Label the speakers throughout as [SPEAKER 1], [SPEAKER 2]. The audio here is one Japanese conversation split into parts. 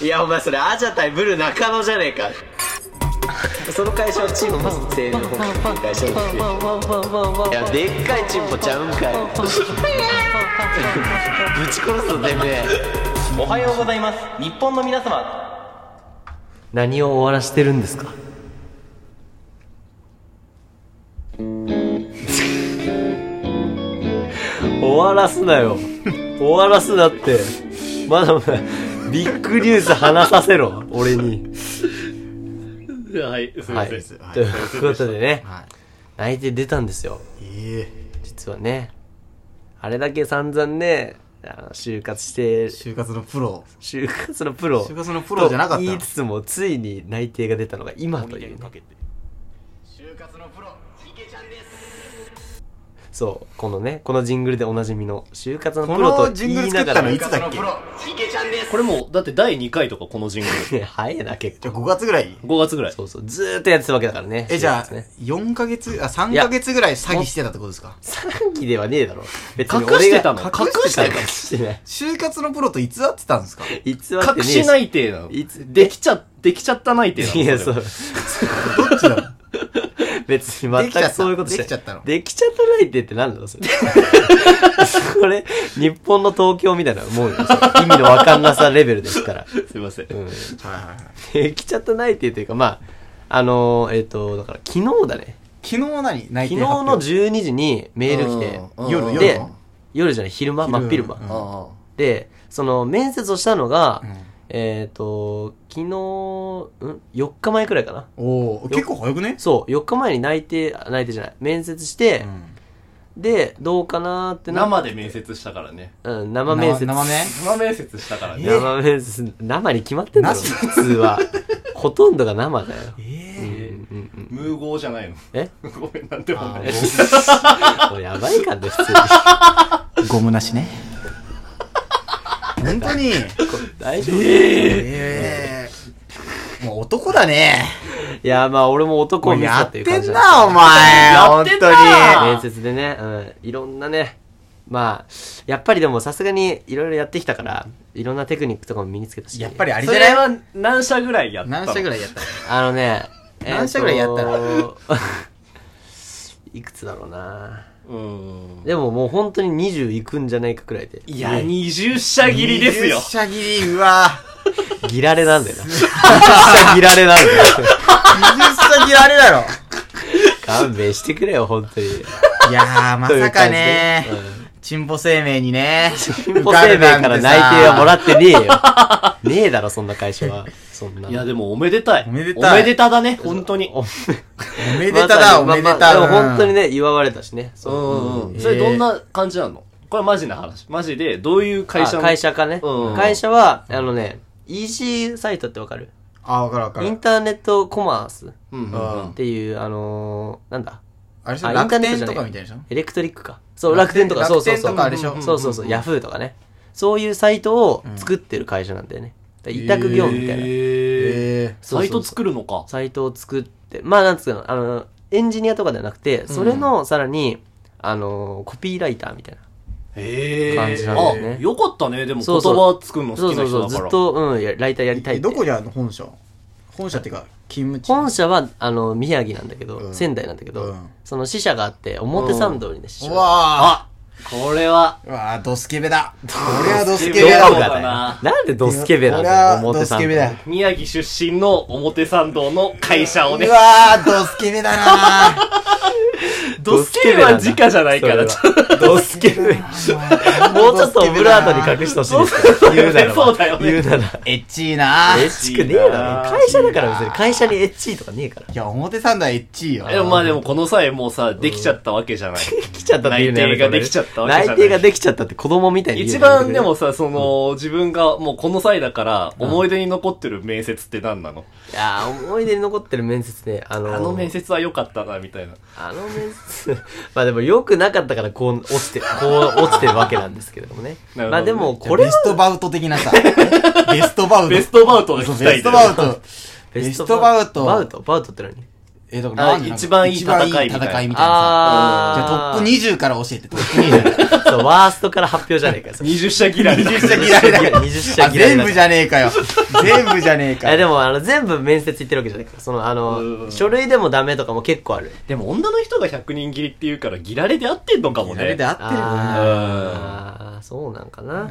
[SPEAKER 1] いやお前それアジャ対ブル中野じゃねえかその会社はチンポ製の本気の会社ですよいやでっかいチンポちゃうんかいぶち殺すぞてめえ
[SPEAKER 2] おはようございます日本の皆様
[SPEAKER 3] 何を終わらしてるんで すか終わらすなよ終わらすなってまだまだビッグニュース話させろ俺に
[SPEAKER 4] はい、すいま
[SPEAKER 3] は
[SPEAKER 4] せん。
[SPEAKER 3] い
[SPEAKER 1] はい
[SPEAKER 3] ということでね
[SPEAKER 1] は
[SPEAKER 3] 内定出たんですよ
[SPEAKER 1] いええ
[SPEAKER 3] 実はねあれだけ散々ねあの就活して
[SPEAKER 1] 就活のプロ
[SPEAKER 3] 就活のプロ
[SPEAKER 1] 就活のプロじゃなかっ
[SPEAKER 3] と
[SPEAKER 1] た
[SPEAKER 3] 言いつつもついに内定が出たのが今という、ね、そうこのねこのジングルでおなじみの就活のプ
[SPEAKER 1] こ
[SPEAKER 3] ロと
[SPEAKER 1] のジング
[SPEAKER 3] 言
[SPEAKER 1] ル
[SPEAKER 3] い
[SPEAKER 1] 作
[SPEAKER 3] なが
[SPEAKER 1] った
[SPEAKER 3] ら
[SPEAKER 1] のい
[SPEAKER 3] ね
[SPEAKER 1] つだっけ
[SPEAKER 4] これもう、だって第2回とかこのジング ル。
[SPEAKER 3] 早いな結
[SPEAKER 1] じゃ
[SPEAKER 3] 構
[SPEAKER 1] あ5月ぐらい
[SPEAKER 4] 5月ぐらい。
[SPEAKER 3] そうそうずーっとやってたわけだからね
[SPEAKER 1] えじゃ
[SPEAKER 3] 就
[SPEAKER 1] あ
[SPEAKER 3] 活ね
[SPEAKER 1] 4ヶ月あ3ヶ月ぐらい詐欺してたってことですか
[SPEAKER 3] さっきではねえだろ別
[SPEAKER 4] 隠してたの
[SPEAKER 1] 俺
[SPEAKER 4] 隠
[SPEAKER 1] が
[SPEAKER 4] してたの
[SPEAKER 3] 隠してない
[SPEAKER 1] 就活のプロと偽ってたんですか
[SPEAKER 3] 偽ってねえ
[SPEAKER 4] 隠し内定なの。
[SPEAKER 3] いつ
[SPEAKER 4] できちゃ、できちゃった内定なの。
[SPEAKER 3] いや、そ
[SPEAKER 4] れは
[SPEAKER 3] う。
[SPEAKER 1] どっちだろう
[SPEAKER 3] 別に全くそういうことし
[SPEAKER 1] で
[SPEAKER 3] て
[SPEAKER 1] きちゃったの
[SPEAKER 3] できちゃったないってって何なのそれ。これ、日本の東京みたいなもうよ。それ意味のわかんなさレベルですから。
[SPEAKER 4] すいません。
[SPEAKER 3] うん。
[SPEAKER 1] はいはいはい
[SPEAKER 3] できちゃったないってというか、まあ、あのー、えっ、と、だから昨日だね。
[SPEAKER 1] 昨日何
[SPEAKER 3] 昨
[SPEAKER 1] 内
[SPEAKER 3] 日
[SPEAKER 1] 定発表
[SPEAKER 3] の12時にメール来て、
[SPEAKER 4] うん
[SPEAKER 1] 夜夜
[SPEAKER 3] で
[SPEAKER 1] の、
[SPEAKER 3] 夜じゃない、昼間、真っ昼間。
[SPEAKER 1] うん
[SPEAKER 4] あ
[SPEAKER 3] で、その、面接をしたのが、
[SPEAKER 1] うん
[SPEAKER 3] えっ、と、昨日、ん ?4 日前くらいかな。
[SPEAKER 1] おお結構早くね
[SPEAKER 3] そう、4日前に内定、あ内定じゃない、面接して、で、どうかなーっ
[SPEAKER 4] あ。
[SPEAKER 3] てな、
[SPEAKER 4] 生で面接したからね。
[SPEAKER 3] うん、生面接。
[SPEAKER 1] 生ね
[SPEAKER 4] 生面接したからね。
[SPEAKER 3] 生面接、生に決まってんだろ、
[SPEAKER 1] なし
[SPEAKER 3] 普通は。 ほとんどが生だよ。
[SPEAKER 1] え
[SPEAKER 4] 無合じゃないの。
[SPEAKER 3] え
[SPEAKER 4] ごめん、なんでもない。
[SPEAKER 3] これやばいかんね、普 通に。
[SPEAKER 1] えゴムなしね本当に
[SPEAKER 3] 大丈夫、い
[SPEAKER 1] ええもう男だね
[SPEAKER 3] や、まあ俺も男
[SPEAKER 1] こ
[SPEAKER 3] を
[SPEAKER 1] う
[SPEAKER 3] 見せ
[SPEAKER 1] や
[SPEAKER 3] た
[SPEAKER 1] っ
[SPEAKER 3] って
[SPEAKER 1] て
[SPEAKER 3] いうん感じだ
[SPEAKER 1] なお前
[SPEAKER 4] や
[SPEAKER 1] 本
[SPEAKER 4] ってんな
[SPEAKER 1] 当
[SPEAKER 3] 面
[SPEAKER 1] に
[SPEAKER 3] 接でね、うん、いろんなね、まあ、やっぱりでもさすがにいろいろやってきたから、いろんなテクニックとかも身につけたし。
[SPEAKER 1] やっぱりあれ
[SPEAKER 4] そ
[SPEAKER 1] じゃ
[SPEAKER 4] れ
[SPEAKER 1] ない
[SPEAKER 4] は何社ぐらいやったの
[SPEAKER 1] 何社ぐ
[SPEAKER 4] い
[SPEAKER 1] らいやった
[SPEAKER 3] あのね、
[SPEAKER 1] 何社ぐらいやったの
[SPEAKER 3] えー といくつだろうな
[SPEAKER 4] うん。
[SPEAKER 3] でももう本当に20いくんじゃないかくらいで。
[SPEAKER 4] いや、20社切りですよ
[SPEAKER 1] 20。社切りうわ
[SPEAKER 3] ギラレなんだよな。めっちゃギラレなんだよ。
[SPEAKER 1] 20社切りあれだろ
[SPEAKER 3] 勘弁してくれよ、本当に。
[SPEAKER 1] いや ーまさかね
[SPEAKER 3] という感じで
[SPEAKER 1] チンポ生命にね
[SPEAKER 3] ピンポ生命から内定はもらって ねえよ。ねえだろ、そんな会社は。そんな。
[SPEAKER 4] いや、でもおめでたい。
[SPEAKER 1] おめでたい
[SPEAKER 4] おめでただね、本当に。
[SPEAKER 3] お
[SPEAKER 1] おめでただおめでた
[SPEAKER 3] まあ
[SPEAKER 1] だ
[SPEAKER 3] でも本当にね、祝われたしね。
[SPEAKER 4] う
[SPEAKER 3] そ
[SPEAKER 4] んうん
[SPEAKER 1] う
[SPEAKER 4] うんん。それどんな感じなのこれマジな話。マジで、どういう会社
[SPEAKER 3] あ
[SPEAKER 4] の
[SPEAKER 3] 会社かね
[SPEAKER 4] う。ん
[SPEAKER 3] 会社は、あのね、EC サイトってわかる
[SPEAKER 1] あわかるわか
[SPEAKER 3] イ
[SPEAKER 1] る
[SPEAKER 3] ンターネットコマースっ
[SPEAKER 4] うんうん
[SPEAKER 1] う
[SPEAKER 4] うんん。
[SPEAKER 3] ていう、あのー、なんだ
[SPEAKER 1] あれでし
[SPEAKER 3] あ
[SPEAKER 1] ょ
[SPEAKER 3] インター
[SPEAKER 1] 楽
[SPEAKER 3] ネット
[SPEAKER 1] 天
[SPEAKER 3] じゃな
[SPEAKER 1] と
[SPEAKER 3] い
[SPEAKER 1] かみたいでしょ
[SPEAKER 3] エレクトリックか。そう、楽天とか、そう
[SPEAKER 1] 楽
[SPEAKER 3] そう
[SPEAKER 1] 天
[SPEAKER 3] そう。
[SPEAKER 1] とかあれでしょ
[SPEAKER 3] そうそうそう、ヤフーとかね。そういうサイトを作ってる会社なんだよね。だから委託業務みたいな。
[SPEAKER 4] へー
[SPEAKER 1] え
[SPEAKER 3] そう
[SPEAKER 4] サ
[SPEAKER 3] そう
[SPEAKER 4] イ
[SPEAKER 3] そう
[SPEAKER 4] ト作るのか。
[SPEAKER 3] サイトを作って、まあなんつうの、あの、エンジニアとかではなくて、それのさらに、あの、コピーライターみたいな。
[SPEAKER 4] へえ。
[SPEAKER 3] 感じなんだ
[SPEAKER 4] あ
[SPEAKER 3] よね、
[SPEAKER 4] よかったね。でも言
[SPEAKER 3] そうそう
[SPEAKER 4] 葉作るの
[SPEAKER 3] そ
[SPEAKER 4] 好
[SPEAKER 3] う
[SPEAKER 4] き
[SPEAKER 3] そ
[SPEAKER 4] な
[SPEAKER 3] うそう、
[SPEAKER 4] 人だか
[SPEAKER 3] ず
[SPEAKER 4] ら。
[SPEAKER 3] っと、うん、やライターやりたいって。
[SPEAKER 1] どこにあるの本社本社っていうか勤務地
[SPEAKER 3] 本社は、あの、宮城なんだけど、
[SPEAKER 1] うん
[SPEAKER 3] 仙台なんだけど、
[SPEAKER 1] うん
[SPEAKER 3] その支社があって、表参道にね、支社
[SPEAKER 1] う
[SPEAKER 3] が。
[SPEAKER 1] わ
[SPEAKER 4] あこれは、
[SPEAKER 1] ーうわードスケベだ俺はド
[SPEAKER 4] ス
[SPEAKER 1] スケ
[SPEAKER 4] ケ
[SPEAKER 1] ベ
[SPEAKER 4] ベ
[SPEAKER 3] どこが
[SPEAKER 1] だ
[SPEAKER 3] だ
[SPEAKER 4] だ
[SPEAKER 3] よ。
[SPEAKER 4] な
[SPEAKER 3] なんでドスケベなん
[SPEAKER 1] 俺
[SPEAKER 3] だ
[SPEAKER 1] は
[SPEAKER 3] よ、
[SPEAKER 1] ド
[SPEAKER 3] 表
[SPEAKER 1] ス
[SPEAKER 3] 参
[SPEAKER 1] ケ
[SPEAKER 3] 道
[SPEAKER 1] ベ。だ
[SPEAKER 4] 宮城出身の表参道の会社をね
[SPEAKER 1] う。わードスケベ だな
[SPEAKER 4] ドスケベは直じゃないから。
[SPEAKER 3] それはドスケベ。
[SPEAKER 1] ー
[SPEAKER 3] もうちょっとオブラートに隠してほしいです
[SPEAKER 4] そう
[SPEAKER 3] 言うならば。
[SPEAKER 4] そうだよね
[SPEAKER 3] 言うなら。
[SPEAKER 1] エッチーな
[SPEAKER 3] エ
[SPEAKER 1] ー
[SPEAKER 3] ッチくねえだろ。会社だから別に会社にエッチとかねえから。
[SPEAKER 1] いや表参道はエッチーよ
[SPEAKER 4] でもまあでもこの際もうさ、できちゃったわけじゃない。
[SPEAKER 3] 来ちゃったっていうのやめてもらえる
[SPEAKER 4] 内定ができちゃったわけじゃな
[SPEAKER 3] 内
[SPEAKER 4] い
[SPEAKER 3] 定ができちゃったって子供みたいに言う
[SPEAKER 4] 一
[SPEAKER 3] のやめて
[SPEAKER 4] 番
[SPEAKER 3] くれ
[SPEAKER 4] でもさ、その、自分がもうこの際だから、思い出に残ってる面接って何なの
[SPEAKER 3] いやー思い出に残ってる面接ねあのー
[SPEAKER 4] あの面接は良かったな、みたいな。
[SPEAKER 3] あの面接 まあでも良くなかったからこう落ちてこう落ちてるわけなんですけれどもね
[SPEAKER 4] なるほどね
[SPEAKER 3] まあでも
[SPEAKER 1] こ
[SPEAKER 3] こ
[SPEAKER 1] れ
[SPEAKER 3] れ
[SPEAKER 1] ベ
[SPEAKER 3] は
[SPEAKER 1] ストバウト的な さベストバウト
[SPEAKER 4] ベストバウトが聞きたい
[SPEAKER 1] ベ
[SPEAKER 4] ん
[SPEAKER 1] ス
[SPEAKER 4] だ
[SPEAKER 1] ト
[SPEAKER 4] よ
[SPEAKER 1] バウトベスト
[SPEAKER 3] バ
[SPEAKER 1] バウト
[SPEAKER 3] ウトバウトって何
[SPEAKER 1] えー、だか
[SPEAKER 4] あ
[SPEAKER 1] ら何
[SPEAKER 4] 一番いい戦いみたいな
[SPEAKER 1] 一番戦いみたいなさ。じゃ
[SPEAKER 3] あ
[SPEAKER 1] あトップ
[SPEAKER 3] ー。
[SPEAKER 1] 20から教えて、トップ
[SPEAKER 3] じゃトップ2。そう、ワーストから発表じゃねえかよ。それ
[SPEAKER 4] 20社嫌いだ。
[SPEAKER 1] 20社嫌いだから。
[SPEAKER 3] 20社嫌いだから
[SPEAKER 1] あ全部じゃねえかよ。全部じゃねえか
[SPEAKER 3] え、
[SPEAKER 1] よ。
[SPEAKER 3] でも、あの、全部面接行ってるわけじゃないから、その、あの、書類でもダメとかも結構ある。
[SPEAKER 4] でも女の人が100人切りっていうから、ギラレで合ってんのかもね。
[SPEAKER 1] あれで合ってるもんな。
[SPEAKER 3] ああ、そうなんかな。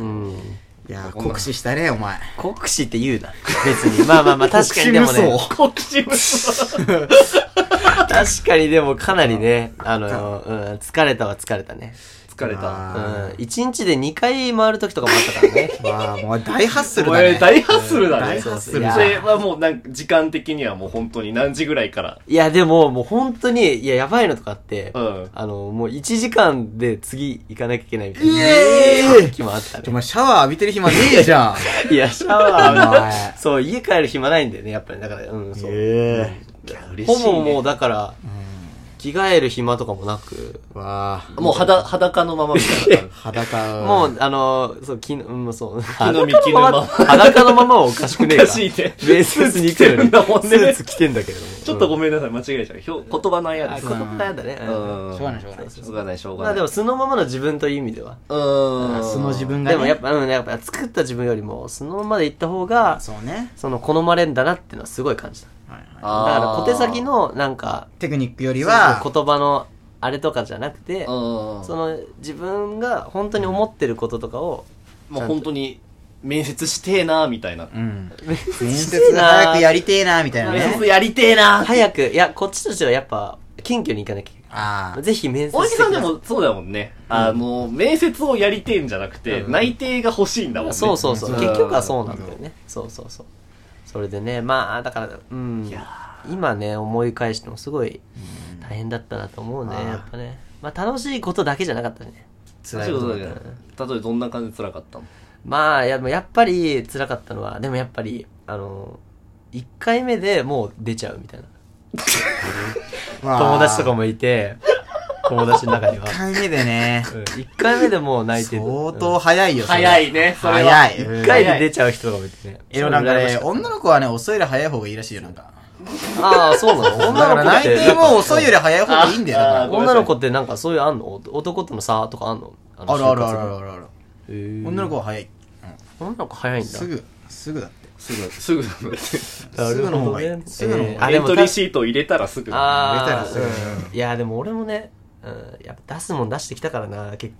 [SPEAKER 3] うん。
[SPEAKER 1] いや、酷使したね、お前。
[SPEAKER 3] 国士って言うな。別に。まあまあまあ、確かにでもね。
[SPEAKER 4] 国士 無双。
[SPEAKER 3] 確かにでもかなりね、あの、うん、疲れたは疲れたね。
[SPEAKER 4] 疲れた。
[SPEAKER 3] う
[SPEAKER 1] あ
[SPEAKER 3] ん。一日で2回回る時とかもあったからね。
[SPEAKER 1] ーわあ、もう大ハッスル
[SPEAKER 4] お
[SPEAKER 1] だ
[SPEAKER 4] 前
[SPEAKER 1] ね。
[SPEAKER 4] 大ハッスルだね。
[SPEAKER 1] 大ハッスル
[SPEAKER 4] それはもうなんか時間的にはもう本当に何時ぐらいから。
[SPEAKER 3] いや、でも、もう本当に、いや、やばいのとかあって、
[SPEAKER 4] うん
[SPEAKER 3] あの、もう1時間で次行かなきゃいけないみたいな。
[SPEAKER 1] ええ
[SPEAKER 3] 時もあった
[SPEAKER 1] お
[SPEAKER 3] ね。
[SPEAKER 1] 前シャワー浴びてる暇ねえ じゃん。
[SPEAKER 3] いや、シャ
[SPEAKER 1] お
[SPEAKER 3] ワー浴び
[SPEAKER 1] 前。
[SPEAKER 3] そう、家帰る暇ないんだよね、やっぱり。だから、うん、そう。
[SPEAKER 1] え
[SPEAKER 3] ほぼもう、だから、着替える暇とかもなく、
[SPEAKER 1] え。わあ。
[SPEAKER 4] もう裸、裸のままみたいな感じ。
[SPEAKER 1] 裸を。
[SPEAKER 3] もう、あの、そう、きの、うん、そう、
[SPEAKER 4] の身着ぬまま
[SPEAKER 3] 裸のままはおかしくねえか。
[SPEAKER 4] おかしいね
[SPEAKER 3] 面接に行くのに、
[SPEAKER 4] スーツ着てるんだもんね
[SPEAKER 3] スーツ着てんだけれども。
[SPEAKER 4] ちょっとごめんなさい、間違えちゃう。ひょ言葉のや
[SPEAKER 3] あ、
[SPEAKER 4] つ。
[SPEAKER 3] 言葉なんだね。
[SPEAKER 4] う
[SPEAKER 3] うん
[SPEAKER 4] ん。
[SPEAKER 1] しょうがないしょうがない
[SPEAKER 4] しょうがない、しょう
[SPEAKER 3] まあで
[SPEAKER 4] がない。
[SPEAKER 3] も、素のままの自分という意味では。
[SPEAKER 4] うーん。
[SPEAKER 1] 素の自分がね。
[SPEAKER 3] でもやっぱ、うん、やっぱ作った自分よりも、そのままで行った方が、
[SPEAKER 1] そうね。
[SPEAKER 3] その好まれんだなっていうのはすごい感じた。
[SPEAKER 1] はいはい
[SPEAKER 3] だから
[SPEAKER 4] あー
[SPEAKER 3] 小手先。のなんか、
[SPEAKER 1] テクニックより
[SPEAKER 3] 言
[SPEAKER 1] は、
[SPEAKER 3] 葉のあれとかじゃなくて、
[SPEAKER 4] うん。
[SPEAKER 3] その自分が本当に思ってることとかを、
[SPEAKER 4] もう本当に、面接してえなみたいな。
[SPEAKER 1] うん。面接早くやりてえな、みたいな
[SPEAKER 4] 面接
[SPEAKER 1] ね。
[SPEAKER 4] やりてえな
[SPEAKER 3] 早く、いや、こっちとしてはやっぱ、謙虚に行かなきゃいけ
[SPEAKER 1] あ
[SPEAKER 3] ない。ぜひ面接
[SPEAKER 4] 大
[SPEAKER 3] し
[SPEAKER 4] 西
[SPEAKER 3] て
[SPEAKER 4] さん
[SPEAKER 3] く
[SPEAKER 4] で
[SPEAKER 3] ださい
[SPEAKER 4] もそうだもんね。あの、面接をやりてえんじゃなくて、内定が欲しいんだもんね。
[SPEAKER 3] そうそうそう。結局は
[SPEAKER 4] う
[SPEAKER 3] そうなんだよね。そうそうそう。それでね、まあ、だから、うん。今ね、思い返してもすごい大変だったなと思うね、やっぱね。まあ、楽しいことだけじゃなかったね。
[SPEAKER 1] あ。
[SPEAKER 4] ん。
[SPEAKER 1] 辛
[SPEAKER 4] そ
[SPEAKER 1] い
[SPEAKER 4] い
[SPEAKER 1] う
[SPEAKER 4] う
[SPEAKER 1] こ
[SPEAKER 4] こととだ
[SPEAKER 1] だね
[SPEAKER 4] よね。例えばどんな感じで辛かったの
[SPEAKER 3] まあ、ややっぱり辛かったのは、でもやっぱり、あの、1回目でもう出ちゃうみたいな。友達とか
[SPEAKER 1] も。
[SPEAKER 3] もいて、友達の中 には。
[SPEAKER 1] 1回目でね。
[SPEAKER 3] うん、1回目でもう泣いてる。
[SPEAKER 1] 相当早いよ、それ
[SPEAKER 4] 早いね、それは。
[SPEAKER 1] 早い。うん
[SPEAKER 3] 1回で出ちゃう人とかもいてね。
[SPEAKER 1] え、でもなんかね、
[SPEAKER 3] あ
[SPEAKER 1] 女の子はね、遅いより早い方がいいらしいよ、なんか。
[SPEAKER 3] あー、そうなの
[SPEAKER 1] だか
[SPEAKER 3] 女の
[SPEAKER 1] ら
[SPEAKER 3] 子っ
[SPEAKER 1] 内
[SPEAKER 3] て。
[SPEAKER 1] 定も遅いより早い方がいいんだよ、だ
[SPEAKER 4] あ
[SPEAKER 1] か
[SPEAKER 4] ーごめん
[SPEAKER 3] 女
[SPEAKER 4] なさい
[SPEAKER 3] の子ってなんかそういうあんの男との差とかあんのあ
[SPEAKER 1] ら。
[SPEAKER 3] の
[SPEAKER 1] あるある
[SPEAKER 3] 就活
[SPEAKER 1] あるあ
[SPEAKER 3] の
[SPEAKER 1] るある。
[SPEAKER 3] へー
[SPEAKER 1] 女の子は早い。
[SPEAKER 3] 女の子早いんだ。
[SPEAKER 1] すぐ、すぐだって。
[SPEAKER 4] すぐ、すぐ、
[SPEAKER 3] なるほどね
[SPEAKER 1] すぐの方がいいすぐの方がいい
[SPEAKER 3] えーあ、
[SPEAKER 4] エ
[SPEAKER 3] で
[SPEAKER 4] ン
[SPEAKER 3] も
[SPEAKER 4] トリーシートを入れたらすぐ。
[SPEAKER 1] 入れた
[SPEAKER 3] あ
[SPEAKER 1] りする
[SPEAKER 3] あ、うんいや、でも俺もね、うん、やっぱ出すもん出してきたからな、結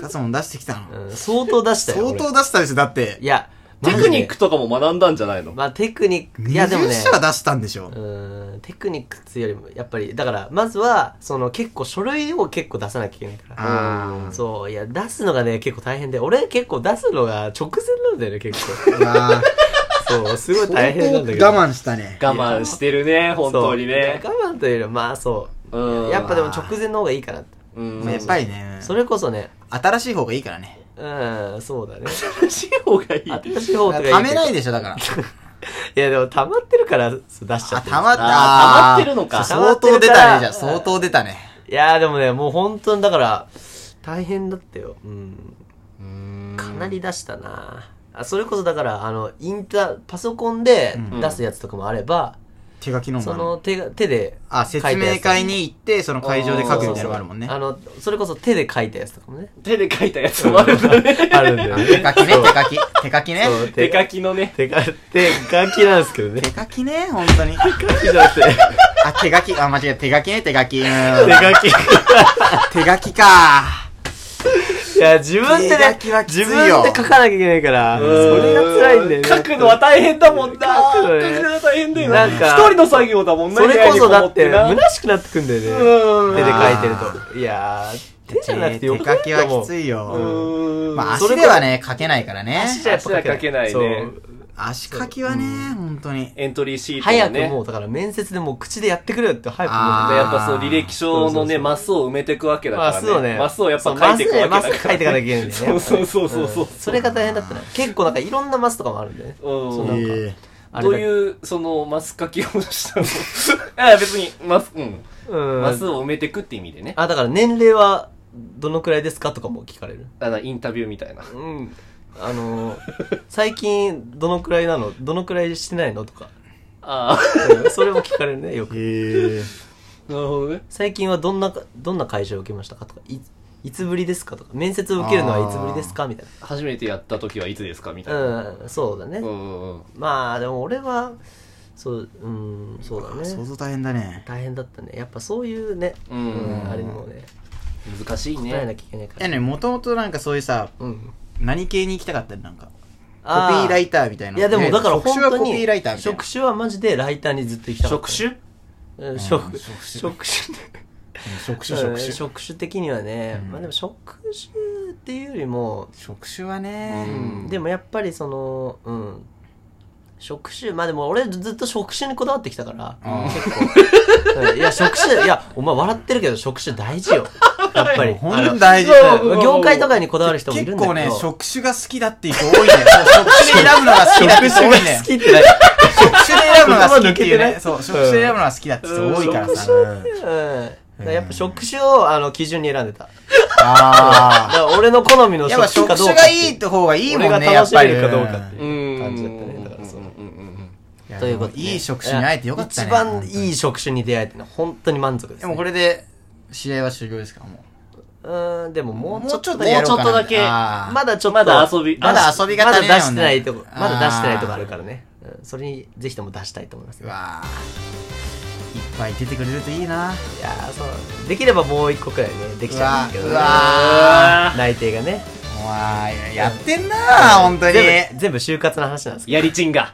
[SPEAKER 1] 出すもん出してきたの。
[SPEAKER 3] 構。うん、相当出したよ。
[SPEAKER 1] 相
[SPEAKER 3] 俺
[SPEAKER 1] 当出したでしょ、だって
[SPEAKER 3] い。や、
[SPEAKER 4] テクニックとかも学んだんじゃないの
[SPEAKER 3] まあテクニック、いやでも
[SPEAKER 1] 20
[SPEAKER 3] ね、
[SPEAKER 1] 社は出したん でし
[SPEAKER 3] う
[SPEAKER 1] ょ。
[SPEAKER 3] ん、テクニックっていうよりも、やっぱり、だから、まずは、その結構書類を結構出さなきゃいけないから。
[SPEAKER 1] あ
[SPEAKER 3] そう、いや、出すのがね、結構大変で、俺結構出すのが直前なんだよね、結構。
[SPEAKER 1] ー。わー
[SPEAKER 3] そう、すごい大変
[SPEAKER 1] 相当
[SPEAKER 3] なんだけど。
[SPEAKER 1] 我慢したね。
[SPEAKER 4] 我慢してるね、本当にね。
[SPEAKER 3] そう我慢というよりはまあそうう。
[SPEAKER 4] ん。
[SPEAKER 3] やっぱでも直前の方がいいかなって。
[SPEAKER 4] うん、
[SPEAKER 1] まあやっぱりね、
[SPEAKER 3] それこそね、
[SPEAKER 1] 新しい方がいいからね。
[SPEAKER 3] うん、そう だね。
[SPEAKER 4] 新しい方がいい。
[SPEAKER 3] 新しい方とかけど
[SPEAKER 1] ためないでしょ、だから。
[SPEAKER 3] いやでも溜まってるからそう出しちゃ
[SPEAKER 1] あ、
[SPEAKER 3] って
[SPEAKER 1] たまった。
[SPEAKER 4] あー溜まってるのか
[SPEAKER 1] 相当出たね、じゃあ。相当出たね。
[SPEAKER 3] いやでもね、もう本当にだから、大変だったよ。うん。かなり出したなあそれこそだから、あの、インター、パソコンで出すやつとかもあれば、
[SPEAKER 1] 手書きのも
[SPEAKER 3] そ
[SPEAKER 1] あ
[SPEAKER 3] の
[SPEAKER 1] る。
[SPEAKER 3] 手が手で
[SPEAKER 1] あ、
[SPEAKER 3] 書い
[SPEAKER 1] 説
[SPEAKER 3] たやつ
[SPEAKER 1] 明会に行って、その会場で書くみたいなのがあるもんね。
[SPEAKER 3] あの、それこそ手で書いたやつとかもね。
[SPEAKER 4] 手で書いたやつもあるんだね。
[SPEAKER 3] あるんだよ
[SPEAKER 1] 手書きね、手書き。手書きね。
[SPEAKER 3] そう
[SPEAKER 4] 手書きのね。
[SPEAKER 3] 手書き、手書きなんですけどね。
[SPEAKER 1] 手書きね、本当に。
[SPEAKER 3] 手書きじゃなくて、
[SPEAKER 1] あ、手書き、あ、間違えた、手書きね、手書き。うん
[SPEAKER 3] 手書
[SPEAKER 1] 手書きか。
[SPEAKER 3] き。いや、自分で
[SPEAKER 1] 手
[SPEAKER 3] ね
[SPEAKER 1] 書きは、きつい
[SPEAKER 3] 自
[SPEAKER 1] よ
[SPEAKER 3] 分で書かなきゃいけないから、それが辛いんだよね。
[SPEAKER 4] 書くのは大変だもんな。
[SPEAKER 3] 書
[SPEAKER 4] 書
[SPEAKER 3] く
[SPEAKER 4] く
[SPEAKER 3] の
[SPEAKER 4] の
[SPEAKER 3] ね
[SPEAKER 4] は大変だよな。
[SPEAKER 3] なん
[SPEAKER 4] 一
[SPEAKER 3] か
[SPEAKER 4] 人の作業だもんな。
[SPEAKER 3] それこそ
[SPEAKER 4] 部屋に
[SPEAKER 3] だ
[SPEAKER 4] も
[SPEAKER 3] って、
[SPEAKER 4] な
[SPEAKER 3] 虚しくなってくんだよね。手で書いてる
[SPEAKER 1] あ
[SPEAKER 3] と。いやー、手じゃなくてよ
[SPEAKER 1] 手
[SPEAKER 3] く
[SPEAKER 1] 書きはきつ
[SPEAKER 3] い。
[SPEAKER 1] いよ。
[SPEAKER 4] うん。
[SPEAKER 1] まあ、足ではね、書けないからね。
[SPEAKER 3] じゃやっぱ
[SPEAKER 4] 書けないね
[SPEAKER 3] そう
[SPEAKER 1] 足書きはね、本当に。
[SPEAKER 4] エントリーシート
[SPEAKER 3] 早
[SPEAKER 4] を
[SPEAKER 3] くも
[SPEAKER 4] ね。
[SPEAKER 3] う、だから面接でもう口でやってくれよって早く
[SPEAKER 1] あ
[SPEAKER 3] も
[SPEAKER 1] ー
[SPEAKER 3] う。
[SPEAKER 4] やっぱそう履歴書
[SPEAKER 3] そ
[SPEAKER 4] の
[SPEAKER 3] うそう
[SPEAKER 4] ね、
[SPEAKER 3] そう
[SPEAKER 4] マスを埋めていくわけだからね。
[SPEAKER 3] マスをね
[SPEAKER 4] マスをやっぱ書いていくわけだから。
[SPEAKER 3] そうマスマス書いていかなきゃいけないんだよね
[SPEAKER 4] そうそうそうそうそう。
[SPEAKER 3] それが大変だったね。結構なんかいろんなマスとかもあるんだよね。
[SPEAKER 4] うん
[SPEAKER 3] そうなんか
[SPEAKER 1] ええ
[SPEAKER 3] あれ
[SPEAKER 4] どう
[SPEAKER 3] だけ
[SPEAKER 4] いう、その、マス書きをしたの いや、別に、マス、うん。
[SPEAKER 3] うん
[SPEAKER 4] マスを埋めてくって意味でね。
[SPEAKER 3] あ、だから年齢はどのくらいですかとかも聞かれる。
[SPEAKER 4] あの、インタビューみたいな。
[SPEAKER 3] うん。 あのー、最近どのくらいなのどのくらいしてないのとか。
[SPEAKER 4] あ
[SPEAKER 3] うんそれも聞かれるね、よく。
[SPEAKER 5] ええ
[SPEAKER 4] あ、 なるほどね。
[SPEAKER 3] 最近はどんなか、どんな会社を受けましたかとか、いいつぶりですかとか、面接を受けるのはいつぶりですかみたい
[SPEAKER 4] 初めてやった時はいつですかみたいな。
[SPEAKER 3] な。うん、そうだね。
[SPEAKER 4] うんうんうん。
[SPEAKER 3] まあ、でも俺は、そう、うん、そうだ
[SPEAKER 1] 想
[SPEAKER 3] ね。
[SPEAKER 1] 像大変だね
[SPEAKER 3] 大変だったね。やっぱそういうね、
[SPEAKER 4] うん
[SPEAKER 3] あれにもね、
[SPEAKER 4] 難しい
[SPEAKER 3] 答えな
[SPEAKER 4] ね。
[SPEAKER 3] きゃいけないか
[SPEAKER 1] いや
[SPEAKER 3] ら。
[SPEAKER 1] ねもともとなんかそういうさ
[SPEAKER 3] うん。
[SPEAKER 1] 何系に行きたかったのなんかコピ
[SPEAKER 3] あ
[SPEAKER 1] ーライターみたいない
[SPEAKER 3] いやでもだから
[SPEAKER 1] 職
[SPEAKER 3] 本
[SPEAKER 1] 種は
[SPEAKER 3] 当
[SPEAKER 1] コ
[SPEAKER 3] に
[SPEAKER 1] ピーライターみたいな
[SPEAKER 3] 職種はマジでライターにずっと行きたかった
[SPEAKER 4] 職種
[SPEAKER 3] うん職
[SPEAKER 1] 職種
[SPEAKER 3] 職種
[SPEAKER 1] 職
[SPEAKER 3] うん職種的にはね、まあでも職種っていうよりも、
[SPEAKER 1] 職種はね
[SPEAKER 4] うん
[SPEAKER 3] でもやっぱりそのうん職種まあでも俺ずっと職種にこだわってきたから結構うんいや職種いやお前笑ってるけど職種大事 よやっぱり
[SPEAKER 1] 本当に大事だ
[SPEAKER 3] あ
[SPEAKER 1] よ
[SPEAKER 3] の業界とかにこだわる人もいる
[SPEAKER 1] 結
[SPEAKER 3] んだけ
[SPEAKER 1] 構
[SPEAKER 3] ど
[SPEAKER 1] ね職種が好きだっていう人多いね職種で選ぶのが好きだって人多いね
[SPEAKER 3] 好きってない
[SPEAKER 1] 職種で選ぶのが好きっていう
[SPEAKER 3] 言葉抜けて
[SPEAKER 1] ね
[SPEAKER 3] ね
[SPEAKER 1] そう職種で選ぶのが好きだって人多いからさ
[SPEAKER 3] うんだからやっぱ職種をあの基準に選んでただ
[SPEAKER 1] あ
[SPEAKER 3] から俺の好み
[SPEAKER 1] あ
[SPEAKER 3] の
[SPEAKER 1] やっぱ
[SPEAKER 3] 職種
[SPEAKER 1] 職
[SPEAKER 3] かどうか
[SPEAKER 1] 種
[SPEAKER 3] っていう
[SPEAKER 1] がいいって方がいいも
[SPEAKER 3] 俺が
[SPEAKER 1] んねや
[SPEAKER 3] 楽
[SPEAKER 1] っ
[SPEAKER 3] し
[SPEAKER 1] ぱ
[SPEAKER 3] め
[SPEAKER 1] り
[SPEAKER 3] るかどうかって
[SPEAKER 1] う
[SPEAKER 3] い
[SPEAKER 1] ん
[SPEAKER 3] う感じだったねだからそう
[SPEAKER 1] いや
[SPEAKER 3] ということでね
[SPEAKER 1] いい職種に会えてよかったね
[SPEAKER 3] 一番いい職種に出会えてね本当に満足です、ね、
[SPEAKER 1] でもこれで試合は終了ですからも
[SPEAKER 3] うーんでももうちょっと
[SPEAKER 1] もうちょっとやろう
[SPEAKER 3] もうちょ
[SPEAKER 1] かな
[SPEAKER 3] っとだけ
[SPEAKER 1] あー
[SPEAKER 3] まだちょっと
[SPEAKER 4] まだ遊び
[SPEAKER 3] まだ
[SPEAKER 1] まだ遊びが足り
[SPEAKER 3] まだ
[SPEAKER 1] な
[SPEAKER 3] 出
[SPEAKER 1] いも
[SPEAKER 3] し
[SPEAKER 1] んね
[SPEAKER 3] てないとこまだ出してないとこ
[SPEAKER 1] あー
[SPEAKER 3] あるからね、うん、それにぜひとも出したいと思います
[SPEAKER 1] う
[SPEAKER 3] いや
[SPEAKER 1] わーいっぱい出てくれるといいな
[SPEAKER 3] ーそうできればもう一個くらいねできちゃうんだけどね
[SPEAKER 1] うわ
[SPEAKER 3] 内定がね
[SPEAKER 1] うわーやってんなー本当に
[SPEAKER 3] 全部全部就活の話なんですけ
[SPEAKER 4] やりちんが。